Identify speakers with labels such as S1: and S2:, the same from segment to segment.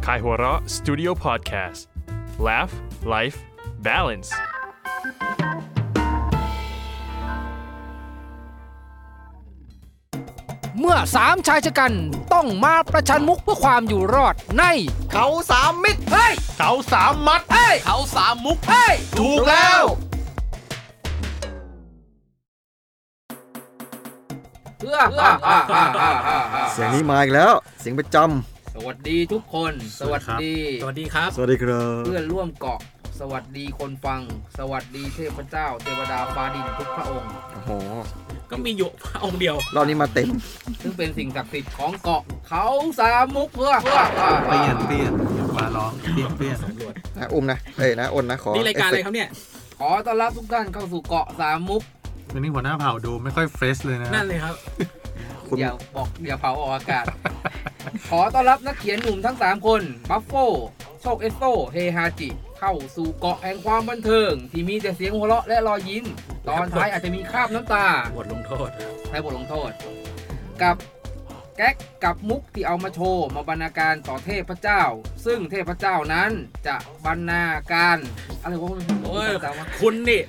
S1: Kaihura Studio Podcast Laugh Life Balance
S2: เมื่อสามชายชะกันต้องมาประชันมุกเพื่อความอยู่รอดใน
S3: เขาสามมิตร
S2: เฮ้ย
S3: เขาสามมัด
S2: เฮ้ย
S3: เขาสามมุก
S2: เฮ้ย
S3: ถูกแล้ว
S4: เสียงนี้มาอีกแล้ว เสียงประจ
S2: สวัสดีทุกคน สวัสดี
S5: สวัสดีครับ
S4: ำสวัสดีครับ
S2: เพื่อนร่วมเกาะ สวัสดีคนฟัง สวัสดีเทพเจ้า เทวดาฟ้าดินทุกพระองค์
S4: โอ้โห
S5: ก็มีอยู่องค์เดียว
S4: รอบนี้มาเต็ม
S2: ซึ่งเป็นสิ่งศักดิ์สิทธิ์ของเกาะเขาสามมุกเพื่อเพื่อเพื่อ
S6: เปลี่ยนเปลี่ยนฟ้าร้องเปลี่ยนเปลี่ยน
S4: นะอุ้มนะ เอ้ยนะอ้นนะ ขอ
S5: นี่รายการอะไร
S4: เฟเฟ
S5: ครับเนี่ย
S2: ขอต้อนรับทุกท่านเข้าสู่เกาะสามมุก
S6: วันนี้หัวหน้าเผ่าดูไม่ค่อยเฟรชเลยนะ
S5: นั่นเลยครับ
S4: ต์คุณ
S2: อย่าบอกอย่าเผาออกอากาศ ขอต้อนรับนักเขียนหนุ่มทั้ง 3 คน บัฟโฟโชคเอสโซเฮฮาจิ เข้าสู่เกาะแห่งความบันเทิง ที่มีแต่เสียงหัวเราะและรอยยิ้ม ตอนท้ายอาจจะมีคราบน้ำตา
S5: บทลงโทษ
S2: ให้บทลงโทษ กับแก๊กกับมุกที่เอามาโชว์มาบรรณาการต่อเทพเจ้า ซึ่งเทพเจ้านั้นจะบรรณาการอะไรวะมัน
S5: โอ้ย
S2: จำวะ
S5: คุณนี่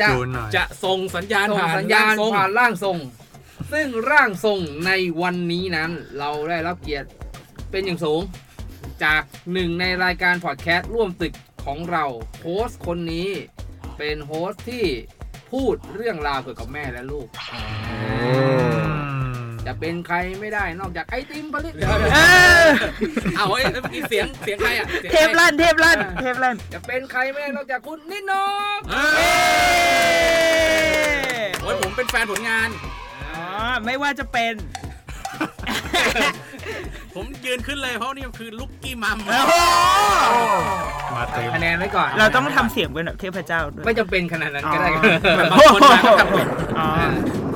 S2: จะ
S6: จูนหน่อย
S5: จะส่งสัญญาณ
S2: ส่ง
S5: ผ่าน
S2: สัญญาณ
S5: ร่งทรง
S2: ผ่านร่างทรง ซึ่งร่างทรงในวันนี้นั้น เราได้รับเกียรติเป็นอย่างสูง จากหนึ่งในรายการพอดแคสต์ร่วมตึกของเราโฮสต์คนนี้ เป็นโฮสต์ที่พูดเรื่องราวเกี่ยวกับแม่และลูก
S6: อืม
S2: จะเป็นใครไม่ได้นอกจากไอติมผลิต
S5: เดี๋ยวเดี๋ยว
S7: เออ
S5: เอาเฮ้ยแล้วเมื่อกี้เสียงเสียงใครอ่ะสียง
S7: เท
S5: ใคร
S7: ปลั่นเทปลั่นเทปลั่น
S2: จะเป็นใครไม่ได้นอกจากคุณนิโนก
S5: เอ้ยโอ้ยผมเป็นแฟนผลงาน
S7: อ๋อไม่ว่าจะเป็น
S5: ผมยืนขึ้นเลยเพราะนี่คือลุกกี้มัม
S7: โอ้โห
S6: มาเต็ม
S2: คะแนนไว้ก่อน
S7: เราต้องทำเสียงเป็นแบบเทพเจ้าด้วย
S2: ไม่จำเป็นขนาดนั้นก็ได้
S7: อ๋อ
S5: เหมือนบาง
S7: โอ้
S5: คน
S7: โห
S5: มาก็ทำเป็น
S7: อ๋อ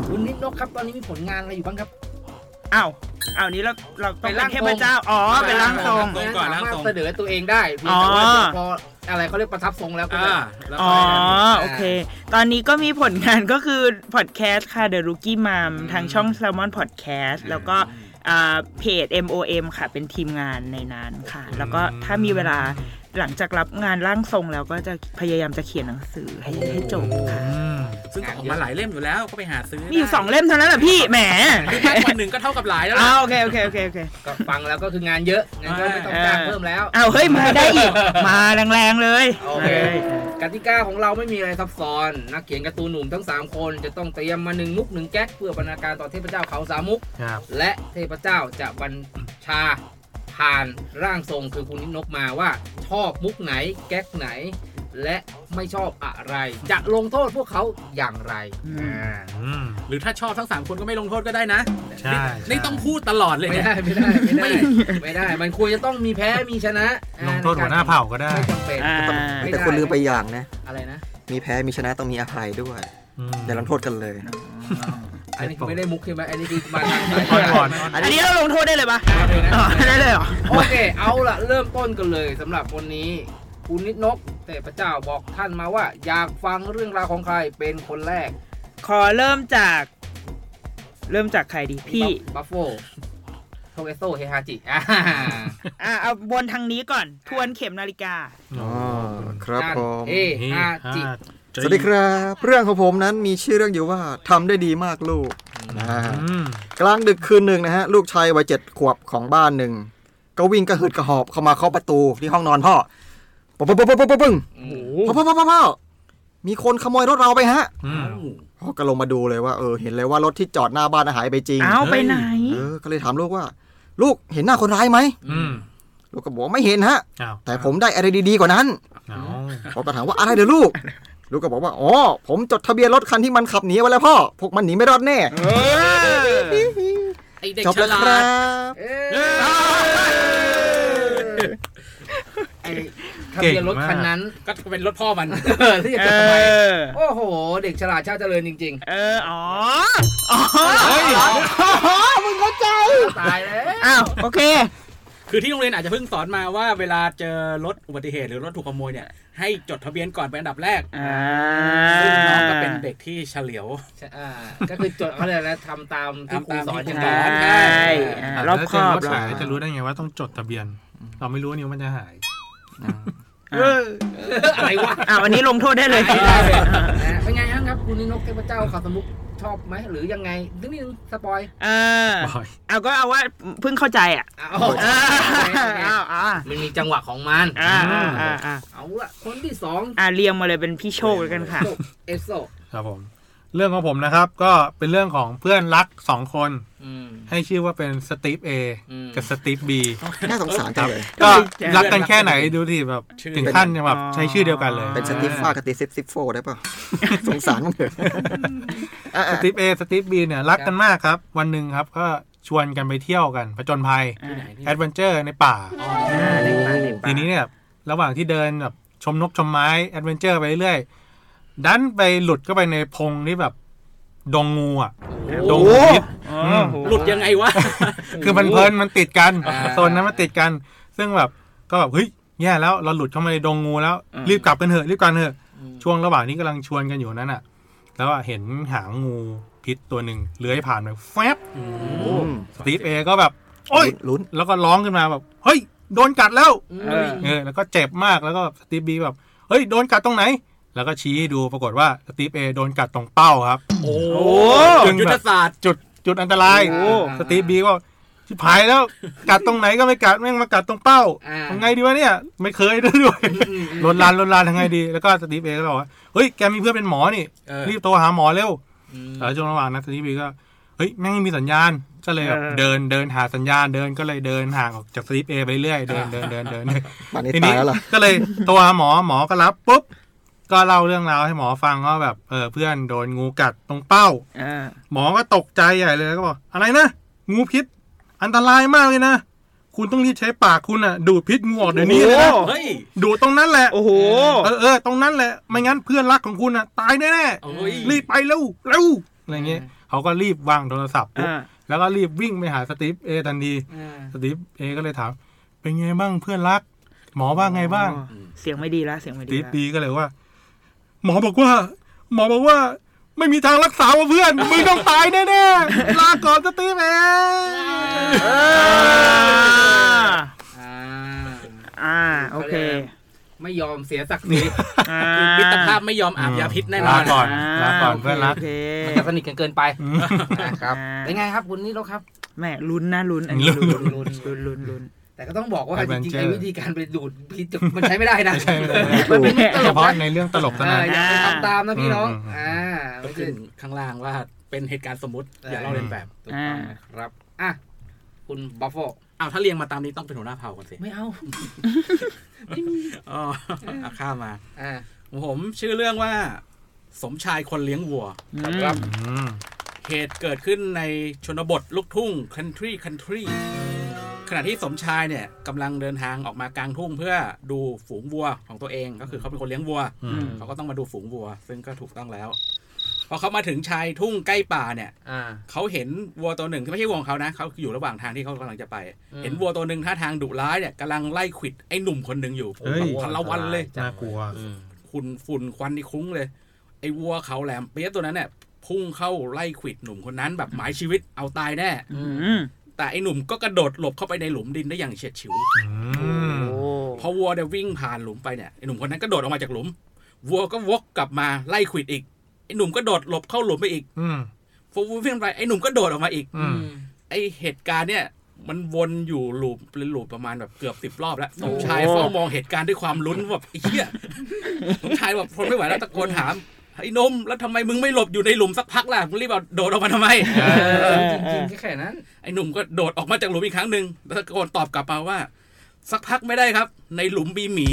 S2: คุณนิโนกครับตอนนี้มีผลงานอะไรอยู่บ้างครับ
S7: อ้าวอ้าวนี้เราเราต้องเป็นเทพเจ้าอ๋อเป็นร่างทรง
S2: สามารถเสนอตัวเองได้เพียงแต่ว่า
S7: อ๋อ
S2: พออะไรเขาเรียกประทับทรงแล้วก็
S5: อ่า
S2: ได้
S5: แล้ว
S7: อ๋อ
S5: ก็
S7: โอเค ตอนนี้ก็มีผลงานก็คือพอดแคสต์ค่ะ The Rookie Mom ทางช่อง Salmon Podcast แล้วก็อ่าเพจ MOM ค่ะ เป็นทีมงานในนั้นค่ะ แล้วก็ถ้ามีเวลาหลังจากรับงานร่างทรงแล้วก็จะพยายามจะเขียนหนังสือให้ให้จบค่ะ
S6: อืม
S5: ซึ่งก็ออกมาหลายเล่มอยู่แล้วก็ไปหาซื้อ
S7: มีอยู่สองเล่มเท่านั้นแหละพี่แหม
S5: คือแค่คนหนึ่งก็เท่ากับหลายแล้วล่ะ
S7: อ้าวโอเคโอเคโอเคโอเค
S2: ก็ฟังแล้วก็คืองานเยอะงั้นก็ไม่ต้องจ้างเพิ่มแล้ว
S7: เอาวเฮ้ย มาได้อีก มาแรงๆเลย
S2: โอเค กติกาของเราไม่มีอะไรซับซ้อน นักเขียนการ์ตูนหนุ่มทั้ง 3 คน จะต้องเตรียมมาหนึ่งมุกหนึ่งแก๊กเพื่อบรรณาการต่อเทพเจ้าเขาสามมุก
S6: ครับ
S2: และเทพเจ้าจะบัญชาผ่านร่างทรงคือคุณนินกมาว่า ชอบมุกไหนแก๊กไหน และไม่ชอบอะไร จะลงโทษพวกเขาอย่างไร
S6: อืม
S5: หรือถ้าชอบทั้งสามคนก็ไม่ลงโทษก็ได้นะ
S6: ใช่ใช่
S5: นี่ต้องพูดตลอดเลย
S2: ไม่
S5: เนี่ย
S2: ได้ไม่ได้ไม่ได้ไม่ได้ มันควรจะต้องมีแพ้มีชนะ
S6: ลงโทษหัวหน้าเผ่าก็ได้
S2: ไม่จำเป็น
S7: อ่า
S4: แต่คนลืมไปอย่างนะ
S2: อะไรนะ
S4: มีแพ้ มีชนะต้องมีอภัยด้วย
S6: อืม
S4: อย่าลงโทษกันเลย
S2: อันนี้คือไม่ได้มุกใช่ไหมอันนี้คือมาทางไห
S6: อ่อน
S7: อันนี้เราลงโทษได้เลยปะ
S2: เลยนะ
S7: อ๋อได้เลยเหรอ
S2: โอเค เอาละเริ่มต้นกันเลยสำหรับวันนี้ คุณนิดนกเทพเจ้าบอกท่านมาว่า อยากฟังเรื่องราวของใครเป็นคนแรก
S7: ขอเริ่มจาก เริ่มจากใครดีพี่
S2: บัฟโฟโทเอโซเฮฮาจิอ่า
S7: อ่ะเอาวนทางนี้ก่อน ทวนเข็มนาฬิกา
S4: อ๋อครับ
S2: นั่น
S4: ผม
S2: เอ
S6: นี่
S2: ฮาจิ
S6: อ่า
S4: สวัสดีครับ เรื่องของผมนั้นมีชื่อเรื่องอยู่ว่าทำได้ดีมากลูกนะฮะ
S6: อืม
S4: กลางดึกคืนหนึ่งนะฮะ ลูกชายวัยเจ็ดขวบของบ้านหนึ่ง ก็วิ่งกระหืดกระหอบเข้ามาเคาะประตูที่ห้องนอนพ่อปะปะปะปะปะปะปึ้ง
S2: อืม
S4: พ่อพ่อพ่อพ่อพ่อมีคนขโมยรถเราไปฮะ
S6: อืม
S4: พ่อก็ลงมาดูเลยว่าเออเห็นเลยว่ารถที่จอดหน้าบ้านน่ะหายไปจริง
S7: เอาไปไหน
S4: เออก็เลยถามลูกว่า ลูกเห็นหน้าคนร้ายไหม
S6: อืม
S4: ลูกก็บอกว่าไม่เห็นฮะ
S6: อ้าว
S4: แต่ผมได้อะไรดีๆกว่านั้น
S6: เอา
S4: พ่อก็ถามว่าอะไรเดี๋ยวลูก ลูกก็บอกว่าอ๋อผมจดทะเบียนรถคันที่มันขับหนีไว้แล้วพ่อพวกมันหนีไม่รอดแน่
S5: ไอเด็ก
S4: จบ
S5: ฉ
S4: แล้ว
S5: ลา
S4: ครั
S5: ด
S4: บ
S2: เอยไอ้ทะเบียนรถคันนั้น
S5: ก็เป็นรถพ่อมัน
S2: เออเรียก
S7: เอ
S2: กันทำไม
S7: อ
S2: โอ้โห เด็กฉลาดชาติเจริญจริง
S7: เออ อ๋อ อ๋อ
S2: ๆ ตายแล้ว
S7: อ้าว โอเค
S5: คือที่โรงเรียนอาจจะเพิ่งสอนมาว่าเวลาเจอรถอุบัติเหตุหรือรถถูกขโมยเนี่ยให้จดทะเบียนก่อนเป็นอันดับแรก
S7: อ่า
S5: ซึ่งน้องก็เป็นเด็กที่เฉลียว
S2: อ่า ก็คือจดเขาเลยกอะไรนะทำตามที่ครูสอนอย่าง
S5: ตาม
S2: นั้น
S5: ที่ครูสอน
S7: ใช่อ่ารอบครอบรอบ
S6: แล้วเจรถหาย
S7: ครอบ
S6: จะรู้ได้ไงว่าต้องจดทะเบียน เราไม่รู้ว่านิ้วมันจะหาย
S2: อะไรวะ
S7: อ่าวันนี้ลงโทษได้เลย
S2: นะเป็นไงครับ คุณนิโนกเทพเจ้าข่าวสมุกชอบไหมหรือยังไงนิดนึงสปอย
S7: เออ
S6: บ่อย
S7: เอาก็เอาว่าเพิ่งเข้าใจอ่ะ
S2: อ้าว
S7: เออเอาอ่า
S2: มันมีจังหวะของมัน
S7: อ่าอ่าอ่าอ่า
S2: เอาละคนที่สอง
S7: อ่าเรียงมาเลยเป็นพี่โชคแล้วกันค่ะ
S2: จบเอสโซ
S6: ครับผม เรื่องของผมนะครับ ก็เป็นเรื่องของเพื่อนรักสองคน
S2: อืม
S6: ให้ชื่อว่าเป็นสตีฟเอ
S2: อืม
S6: กับสตีฟบี
S4: น่าสงสารจังเลย
S6: ก็รักกันแค่ไหนดูดิแบบ ถึงขั้นยังแบบใช้ชื่อเดียวกันเลย
S4: เป็นสติฟฟ้ากับติซิปซิปโฟได้ป่ะ สงสารมึงเถอะอ่ะ
S6: ส
S4: อ่ะ
S6: ตีฟเอสตีฟบีเนี่ยรักกันมากครับ วันหนึ่งครับก็ชวนกันไปเที่ยวกันผจญภัยแอดเวนเจอร์ในป่า ทีนี้เนี่ยระหว่างที่เดินแบบชมนกชมไม้แอดเวนเจอร์ไปเรื่อยๆดันไปหลุดเข้าไปในพงที่แบบ ดงงูอ่ะดงงูพิษอืม
S5: หลุดยังไงวะ
S6: คือมันเพลินมันติดกัน
S2: อ่า
S6: โซนนั้นมันติดกัน ซึ่งแบบก็แบบเฮ้ยแย่แล้วเราหลุดเข้ามาในดงงูแล้ว รีบกลับกันเถอะรีบกลับกันเถอะช่วงระหว่างนี้กำลังชวนกันอยู่นั้นอ่ะ แล้วอะเห็นหางงูพิษตัวหนึ่งเลื้อยผ่านไปแฟบ
S4: อืม
S6: สตีฟเอก็แบบโอ้ย
S4: ลุ้น
S6: แล้วก็ร้องขึ้นมาแบบเฮ้ยโดนกัดแล้ว
S2: อืม
S7: เออ
S6: เออแล้วก็เจ็บมากแล้วก็สตีฟบีแบบเฮ้ยโดนกัดตรงไหน แล้วก็ชี้ให้ดูปรากฏว่าสตีฟเอโดนกัดตรงเป้าครับ
S5: โอ้
S6: โอ้
S5: ยุทธศาสตร์
S6: จุดจุดอันตรายสตีฟบีก็ชิบหายแล้วกัดตรงไหนก็ไม่กัดแม่งมากัดตรงเป้า
S2: อ่า
S6: ทำไงดีวะเนี่ย ไม่เคยด้วย
S2: อืมอืม
S6: ลนลานลนลานทำไงดี แล้วก็สตีฟเอก็บอกว่าเฮ้ยแกมีเพื่อนเป็นหมอนี่
S5: เออ
S6: รีบโทรหาหมอเร็ว
S2: อืม
S6: แล้วช่วงระหว่างนั้นสตีฟบีก็เฮ้ยแม่งไม่มีสัญญาณก็เลยแบบ
S7: เออ
S6: เดินเดินหาสัญญาณเดินก็เลยเดินห่างออกจากสตีฟเอไปเรื่อยเดินเดินเดินเดิน
S4: ป่านนี้
S6: ที
S4: ตา
S6: นี้
S4: ยแล้วล่ะ
S6: ก็เลยโทรหาหมอหมอก็รับปุ๊บก็เล่าเรื่องราวให้หมอฟังว่าแบบเออเพื่อนโดนงูกัดตรงเป้า
S7: เออ
S6: หมอก็ตกใจใหญ่เลยก็บอกอะไรนะ งูพิษ อันตรายมากเลยนะ คุณต้องรีบใช้ปากคุณอ่ะ ดูดพิษงูออกเดี๋ยวนี้เลยนะ
S7: โอ้
S5: เฮ้ย
S6: ดูดตรงนั้นแหละ
S7: โอ้โห
S6: เออเออตรงนั้นแหละ ไม่งั้นเพื่อนรักของคุณอ่ะ ตายแน่
S5: โอ้ย
S6: ๆรีบไปเร็วเร็วอะไรเงี้ยเขาก็รีบวางโทรศัพท์ปุ๊บ
S7: อ่า
S6: แล้วก็รีบวิ่งไปหาสตีฟเอทันที
S2: อ่า
S6: สตีฟเอก็เลยถามเป็นไงบ้างเพื่อนรัก หมอว่าไงบ้าง
S7: เสียงไม่ดีละเสียงไม่ดี
S6: ตีฟ
S7: ละ
S6: ดีก็เลยว่า หมอบอกว่า หมอบอกว่า ไม่มีทางรักษาว่ะเพื่อนมึงต้องตายแน่ๆลาก่อนสตีฟเอง
S2: อ่า
S7: อ่าโอเค
S2: ไม่ยอมเสียศักดิ์ศรี
S7: อ่า
S5: มิตรภาพไม่ยอมอาบยาพิษแน่นอน
S6: ลาก่อนลาก่อนเพื่อนรัก
S7: โอเค
S2: มันจะสนิทกันเกินไป
S6: อืม
S2: นะครับเป็นไงครับคุณนี่แล้วครับ
S7: แหม่ลุ้นนะลุ้นอันนี้ลุ้น
S2: ลุ้
S7: ลุ้
S2: น
S7: นลุ้นลุ้นลุ้น
S2: แต่ก็ต้องบอกว่าจริง
S6: Adventure
S2: ๆไอ้วิธีการไปดูดพิษมันใช้ไม่ได้นะ
S6: ใช่ไม่ได้
S2: มันเป็นต
S6: เฉ
S2: ลก
S6: พาะ
S2: นะ
S6: ในเรื่องตลก
S2: เอ
S6: เท่านั้น
S2: ออย่าไปทำตามนะพี่น้อง
S6: อืม
S2: อ่า
S5: ก็
S2: ไม่
S5: ขึ้
S2: ใช่
S5: นข้างล่างว่าเป็นเหตุการณ์สมมติ
S2: ใช่
S5: อย่าเล่าเลียนแบบ
S2: ถูกต้องนะครับอ่ะคุณบัฟเฟล
S5: อ้าวถ้าเรียงมาตามนี้ต้องเป็นหัวหน้าเผ่าก่อนสิ
S2: ไม่เอา
S5: อ๋อเอาข้ามมา
S2: อ่า
S5: ผมชื่อเรื่องว่า สมชายคนเลี้ยงวัว
S2: ครับ
S6: อืม
S5: เหตุเกิดขึ้นในชนบทลูกทุ่ง country country ขณะที่สมชายเนี่ยกำลังเดินทางออกมากลางทุ่งเพื่อดูฝูงวัวของตัวเองก็คือเขาเป็นคนเลี้ยงวัว
S6: อืม
S5: เขาก็ต้องมาดูฝูงวัว ซึ่งก็ถูกต้องแล้ว พอเขามาถึงชายทุ่งใกล้ป่าเนี่ย
S2: อ่า
S5: เขาเห็นวัวตัวหนึ่งที่ไม่ใช่วัวของเขานะเขาอยู่ระหว่างทางที่เขากำลังจะไป
S2: อืม
S5: เห็นวัวตัวหนึ่งท่าทางดุร้ายเนี่ยกำลังไล่ขวิดไอ้หนุ่มคนหนึ่งอยู่
S6: เฮ้ย
S5: พละวันเลย
S6: น่ากลัว
S5: ฝุ่นฝุ่นควันนี่คลุ้งเลย ไอ้วัวเขาแหลมเปี๊ยะตัวนั้นเนี่ยพุ่งเข้าไล่ขวิดหนุ่มคนนั้นแบบหมายชีวิตเอาตายแน่
S7: อืม
S5: แต่ไอ้หนุ่มก็กระโดดหลบเข้าไปในหลุมดินได้อย่างเฉียดฉิว
S6: อืม
S5: พอวัวเนี่ยวิ่งผ่านหลุมไปเนี่ยไอ้หนุ่มคนนั้นก็โดดออกมาจากหลุม วัวก็วกกลับมาไล่ขวิดอีกไอ้หนุ่มก็โดดหลบเข้าหลุมไปอีก
S6: อืม
S5: พอวัววิ่งไปไอ้หนุ่มก็โดดออกมาอีก
S6: อืม
S5: ไอเหตุการณ์เนี่ย มันวนอยู่ลูปเป็นลูปประมาณแบบเกือบสิบ10 รอบแล้วสมชายเฝ้ามองเหตุการณ์ด้วยความลุ้นแบบไอ้เหี้ยสมชายแบบทนไม่ไหวแล้วตะโกนถามไอ้นมแล้วทำไมมึงไม่หลบอยู่ในหลุมสักพักล่ะมึงรีบเอาโดดออกมาทำไม
S2: จริงๆแค่แค่นั้น
S5: ไอ้หนุ่มก็โดดออกมาจากหลุมอีกครั้งหนึ่งแล้วตะโกนตอบกลับมาว่า สักพักไม่ได้ครับ ในหลุมมีหมี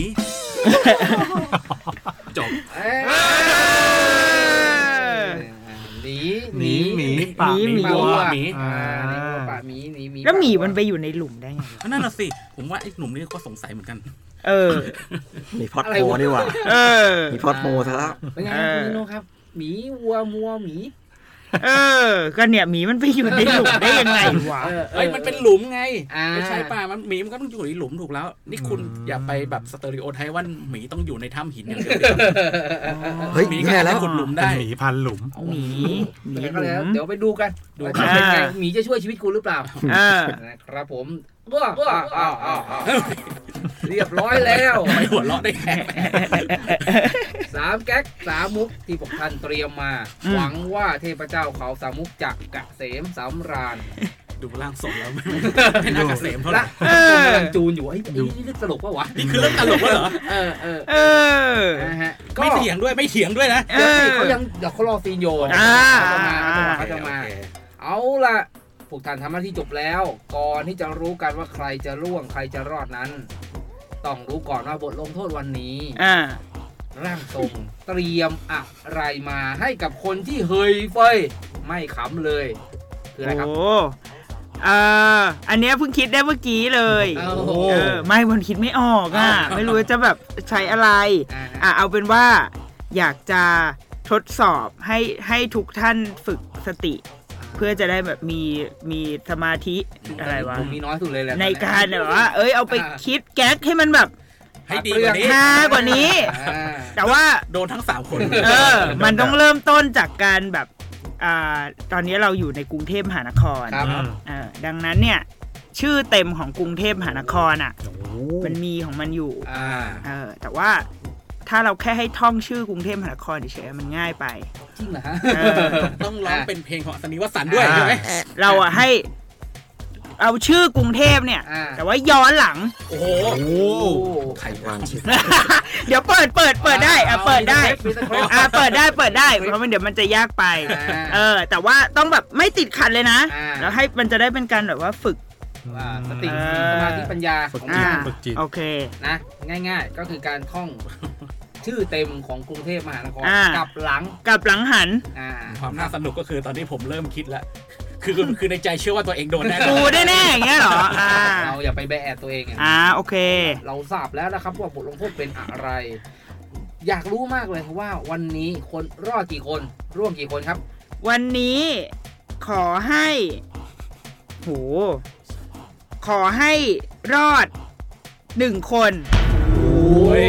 S5: จบ
S2: เอ้ยหนี
S6: หนีหมีปากหมี
S2: ป่า
S6: วัว
S2: วัว
S5: หมี
S2: อ่าหนีวัวป่าหมีหนีหมี
S7: แล้วหมีมันไป
S2: ป่า
S7: อยู่ในหลุมได้ไงวะ
S5: อ่ะนั่นน่ะสิผมว่าไอ้หนุ่มนี่ก็สงสัยเหมือนกัน
S7: เออ
S4: มีพอดโมนี่หว่า
S7: เออ
S4: มีพอดโมซะแล้ว
S2: เป็นไงครับคุณนิโนครับหมีวัวมัวหมี
S7: เออ ก็เนี่ยหมีมันไปอยู่ในหลุมได้ยังไงวะ
S2: เอออ
S5: เอ้ย
S2: อ
S5: มันเป็นหลุมไง
S2: อ่า
S5: ไม่ใช่ป่ามันหมีมันก็ต้องอยู่ในหลุมถูกแล้ว นี่คุณ
S6: อืม
S5: อย่าไปแบบสเตอริโอไทป์ว่าหมีต้องอยู่ในถ้ำหินอย่างเดียว
S4: เฮ้ย
S5: หมีก็
S4: แย่
S5: อาจ
S4: แล้
S5: จะ
S4: ว
S5: ขุดหลุม
S6: เป็น
S5: ได้
S6: หมีพันหลุม
S7: หมีหมี
S2: แต่ก็
S7: หลุ
S2: แล้ว
S7: ม
S2: เดี๋ยวไปดูกัน
S5: ดู
S2: ว่าจะเป็นไง
S7: อ่า
S2: หมีจะช่วยชีวิตกูหรือเปล่า
S7: เออ
S2: นะครับผม ว้าว้าอ้าวอ้าวอ้าวเรียบร้อยแล้ว
S5: ไม่หัวเราะได้แค่
S2: สามแก๊กสามมุกที่พวกท่านเตรียมมา
S7: อืม
S2: หวังว่าเทพเจ้าเขาสามมุกจะกะเสมสำราญ
S5: ดูร่างทรงแล้ว ไม่ไม่น่าเกษมเท่าไหร่
S2: และผมกำลังจูนอยู่ไอ้ยไอ้นี่เรื่องตลกปะวะ
S5: นี่คือเรื่องตลกแล้วเหรอ
S2: เออเออ
S7: เออ
S2: นะฮะก็
S5: ไม่เถียงด้วยไม่เถียงด้วยนะ
S7: เอ
S2: ดี๋ยว
S7: อ
S2: สิเขายังเดี๋ยวเขารอซีนโยน
S7: อ่า
S2: เขาจะมาเขาจะมา
S5: โอเค
S2: เอาล่ะพวกท่านทำหน้าที่จบแล้ว ก่อนที่จะรู้กันว่าใครจะร่วงใครจะรอดนั้น ต้องรู้ก่อนว่าบทลงโทษวันนี้
S7: อ่า
S2: ร่างทรงเตรียมอะไรมาให้กับคนที่เฮยเฟยไม่ขำเลย คืออะไรครับ
S7: โอ้เอ่ออันเนี้ยเพิ่งคิดได้เมื่อกี้เลย
S2: โอ้โห
S7: เออ ไม่มันคิดไม่ออกอ่ะ ไม่รู้จะแบบใช้อะไร
S2: อ่าฮะ
S7: อ่ะ เอาเป็นว่า อยากจะทดสอบให้ให้ทุกท่านฝึกสติ เพื่อจะได้แบบมีมีสมาธิอะไรวะ
S2: ผมมีน้อยสุดเลยแหละ
S7: ในการแบบว่า เอ้ยเอาไปคิดแก๊กให้มันแบบ
S5: ให้ดีกว่านี้
S7: ฮากว่านี้
S2: อ่า
S7: แต่ว่า
S5: โดนทั้งสามคน
S7: เออ มันต้องเริ่มต้นจากการแบบอ่าตอนนี้เราอยู่ในกรุงเทพมหานคร
S2: ครับ
S6: อืม
S7: เออดังนั้นเนี่ย ชื่อเต็มของกรุงเทพมหานครอ่ะ มันมีของมันอยู่
S2: อ่า
S7: เออแต่ว่าถ้าเราแค่ให้ท่องชื่อกรุงเทพมหานครเฉยๆมันง่ายไป
S2: จริงเหรอฮะ
S7: เอ อ
S5: ต้องร้องเป็นเพลงของอัศนีวสันต์ด้วย
S2: อ่า
S5: ใช่ไหม
S7: เราอ่ะให้เอาชื่อกรุงเทพเนี่ย
S2: อ่า
S7: แต่ว่าย้อนหลัง
S5: โอ้โห
S2: โอ้
S4: ไข่วานชิด
S7: เดี๋ยวเปิดเปิดเปิดได้อ่ะเปิดได้
S2: มีสคริปต์
S7: อ่ะเปิดได้เปิดได้เพราะมันเดี๋ยวมันจะยากไป
S2: อ่า
S7: เออ แต่ว่าต้องแบบไม่ติดขัดเลยนะ
S2: อ่า
S7: แล้วให้มันจะได้เป็นการแบบว่าฝึก
S2: อ่าสติสมาธิปัญญาของ
S7: อ่า
S2: ท่าน
S6: ฝึกจิต
S7: โอเค
S2: นะ ง่ายๆ ก็คือการท่อง ชื่อเต็มของกรุงเทพมหานคร
S7: อ่า
S2: กลับหลัง
S7: กลับหลังหัน
S2: อ่า
S5: ความน่าสนุกก็คือตอนนี้ผมเริ่มคิดแล้ว คือคือคือในใจเชื่อว่าตัวเองโดนแน่นอน
S7: กูแน่ๆอย่างเงี้ยเหรอ อ่า
S2: เราอย่าไปแบแอดตัวเองอ่ะ
S7: อ่า โอเค
S2: เราทราบแล้วนะครับว่าบทลงโทษเป็นอะไร อยากรู้มากเลยว่าวันนี้คนรอดกี่คนร่วมกี่คนครับ
S7: วันนี้ขอให้ โห ขอให้รอดหนึ่งคน
S2: โอ้
S5: ย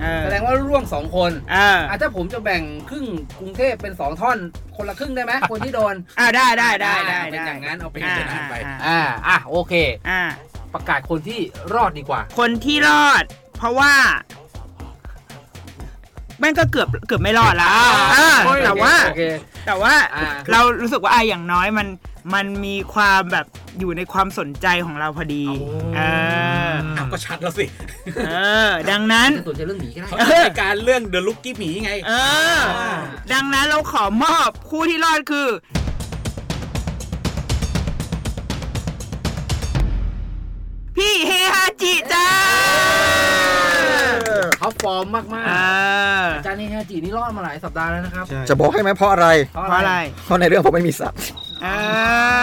S7: เออ
S2: แสดงว่าร่วมสองคน
S7: เออ
S2: อ่ะถ้าผมจะแบ่งครึ่งกรุงเทพเป็นสองท่อน คนละครึ่งได้ไหมคนที่โดน
S7: อ่าได้ได้ได้ได้
S2: อ่ะเป็น
S7: ได้
S2: อย่างนั้นเอาเป็นอ
S7: อ่า
S2: ย่างนั้น
S7: อ่า
S2: ไป
S7: อ่า
S2: อ่าอ่ะโอเค
S7: อ่า
S2: ประกาศคนที่รอดดีกว่า
S7: คนที่รอด เพราะว่าแม่งก็เกือบเกือบไม่รอดละเออแต่ว่า
S2: โอเค
S7: แต่ว่า
S2: อ่า
S7: เรารู้สึกว่าอะอย่างน้อยมันมันมีความแบบอยู่ในความสนใจของเราพอดีเออ
S5: อ้าวก็ชัดแล้วสิ
S7: เออ ดังนั้น
S2: ส่วนใจเรื่องหนีก็ได้
S5: เขาจะรายการเรื่อง The Lucky หมีไง
S7: เออ ดังนั้นเราขอมอบคู่ที่รอดคือ พี่เฮฮาจิจ้า
S2: เขาฟอร์มมาก
S7: เออ
S2: ๆอาจารย์นี่ฮะจีนี่รอดมาหลายสัปดาห์แล้วนะครับ
S6: ใช่
S4: จะบอกให้ไหมเพราะอะไร
S2: เพราะ
S7: เพราะ
S2: อะ
S7: อะไร ไร
S4: เพราะในเรื่องผมไม่มีสัตว์
S7: เอ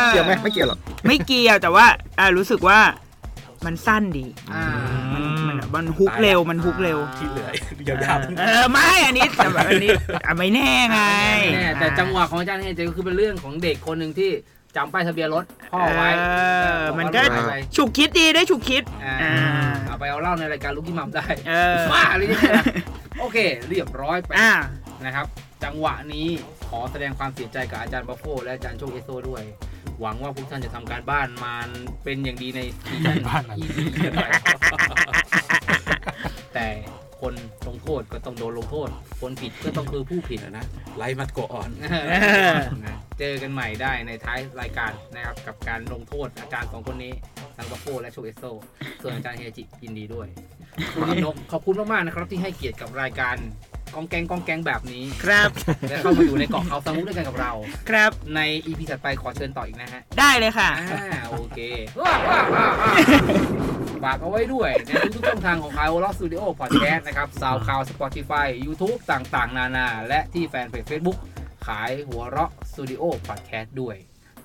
S7: อ
S4: เกี่ยวไหมไม่เกี่ยวหรอก
S7: ไม่เกี่ยวแต่ว่าอ่ารู้สึกว่ามันสั้นดี
S2: อ่า
S7: มันมันมันฮุกเร็วมันฮุกเร็ว
S5: ที่เหลือ ยาว
S7: เออไม่อันนี้แต่แบบอันนี้อ่ะไม่แน่ไง
S2: แน่แต่จังหวะของอาจารย์เนี่ยก็คือเป็นเรื่องของเด็กคนหนึ่งที่จำป้ายทะเบียนรถพ่อไว้
S7: เออ
S2: บอกว่า
S7: มันก็
S2: เอาไป
S7: ฉุกคิดดีได้ฉุกคิด
S2: อ่า
S7: อ่า
S2: เอาไปเอาเหล่าในรายการลูกกี้มัมได้
S7: เออ
S2: บ้าอะไรเนี่ยนะโอเค เรียบร้อยไป
S7: อ่า
S2: นะครับ จังหวะนี้ขอแสดงความเสียใจกับอาจารย์บัฟโฟและอาจารย์โชคเอโซด้วย หวังว่าพวกท่านจะทำการบ้านมาเป็นอย่าง ดีในซีซั่น
S6: บ้านอะไร
S2: ที่ดีกันไป แต่คนลงโทษก็ต้องโดนลงโทษ คนผิดก็ต้องคือผู้ผิด
S5: ๆเดี๋ยวนะไลฟ์มัดโกออน
S7: อ
S2: เจอกันใหม่ได้ในท้ายรายการนะครับ กับการลงโทษอาจารย์สองคนนี้ทังกาโฟและโชเอโซส่วนอาจารย์เฮจิยินดีด้วยคุณนินกขอบคุณมาก ๆ นะครับที่ให้เกียรติกับรายการกองแกงกองแกงแบบนี้
S7: ครับ
S2: และเข้ามาอยู่ในเกาะเขาสมุทรด้วยกันกับเรา
S7: ครับ
S2: ในอีพีถัดไปขอเชิญต่ออีกนะฮะ
S7: ได้เลยค่ะ
S2: อ่าโอเค ฝากเอาไว้ด้วยในทุกๆช่องทางของ i o l o s Studio Podcast นะครับ SoundCloud Spotify YouTube ต่างๆ นานา และที่แฟนเพจ Facebook ขายหัวเราะ Studio Podcast ด้วย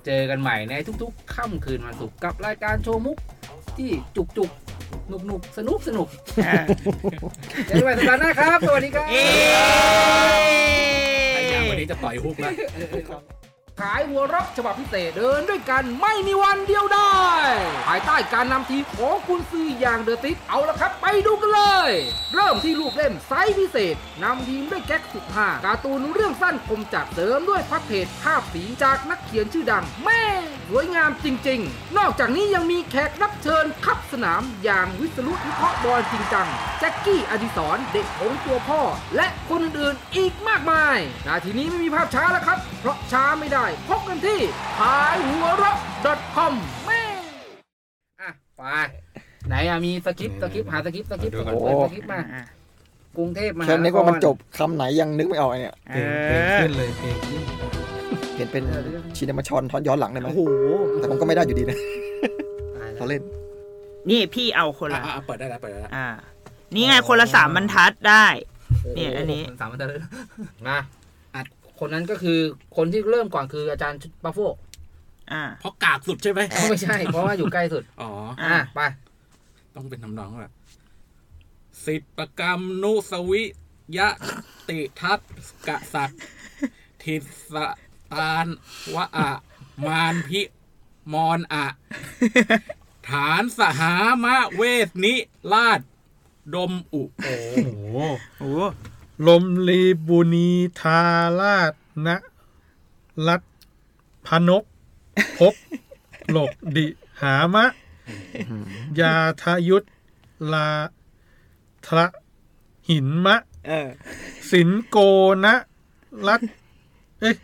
S2: เจอกันใหม่ในทุกๆ ค่ำคืนวันศุกร์กับรายการโชว์มุก ที่จุกๆ หนุกๆ สนุกสนุกๆเจอกันใหม่สัปดาห์หน้าครับ สวัสดีครับ
S7: เย้
S5: ไอ้ยางวันนี้จะปล่อยฮุกแล้ว
S2: ค ายหัวเรักฉบับพิเศษเดินด้วยกันไม่มีวันเดียวได้ ภายใต้การนำทีมของคุณซืออย่างเดอะติกเอาละครับ ไปดูกันเลย เริ่มที่รูปเล่มไซส์พิเศษนำทีมด้วยแก๊กสุดหาการ์ตูนเรื่องสั้นคมจัดเสริมด้วยพักเพจภาพสีจากนักเขียนชื่อดัง แม่ สวยงามจริง ๆ นอกจากนี้ยังมีแขกรับเชิญขับสนามอย่างวิศรุวิเคราะห์บอลจริงจัง แจ็คกี้อดิสรเด็กของตัวพ่อ และคนอื่นๆอีกมากมาย นาทีนี้ไม่มีภาพช้าแล้วครับ เพราะช้าไม่ได้ พบกันที่ขายหัวเราะ .com แม่อ่ะ ไป ไหนอะมีสคริปต์สคริปต์หาสคริปต์สคริปต์
S6: ดูก่
S2: เปิ
S6: อน
S2: ดสคริปต์มา
S7: อ่ะ
S2: กรุงเทพมหา
S4: แค่
S2: น
S4: นี้
S2: ค
S4: ว่ามัน
S2: ร
S4: จบคำไหนยังนึกไม่ออกไอ้เนี่ย
S7: เอ
S6: เ
S7: อ
S6: พลงเพลงขึ้นเลยเพลงขึ้น
S4: เห็นเป็นชินมาชอนทอนย้อนหลังได้ไหม
S2: โอ้โห
S4: แต่ผมก็ไม่ได้อยู่ดีนะ
S2: ตายแล้
S4: เรา
S2: ว
S4: เล่น
S7: นี่พี่เอาคนละ
S5: อ่ะๆเปิดได้แล้วเปิดได้แล้ว
S7: อ่า นี่ไงคนละสามบรรทัดได้ เนี่ยอันนี้
S2: โโหสามพันตาเลยมาอ่ะคนนั้นก็คือคนที่เริ่มก่อนคืออาจารย์ปาโฟ
S7: อ่า
S5: เพราะกากสุดใช่ไหม
S2: ไม่ใช่ เพราะว่าอยู่ใกล้สุด
S5: อ๋อ
S2: อ่ะไป
S5: ต้องเป็นทำนองแบบสิบประกรรมนุสวิยะติทัศกษัตริย์ทิสตานวะอะ มานพิมอนอะ ฐานสหามะเวทนิราช ดมอุ
S6: โอ้โหลมลีบุนีทาราชนะรัตพนกพบหลกดิหามะ ยาทยุทธลาทะหินมะ
S7: เออ
S6: สินโกนะรัตเอ้ย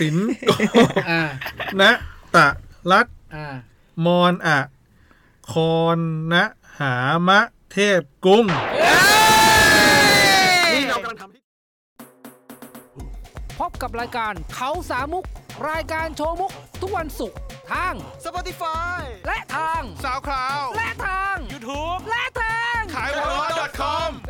S6: สินโก
S2: อ่า
S6: นะตะรัต
S2: อ่า
S6: มอนอะคอนนะหามะเทพกุง
S2: พบกับรายการเขาสามมุก รายการโชว์มุก ทุกวันศุกร์ทาง
S3: Spotify
S2: และทาง
S3: SoundCloud
S2: และทาง
S3: YouTube
S2: และทาง
S3: ขายหัวเราะ .com
S2: เฟ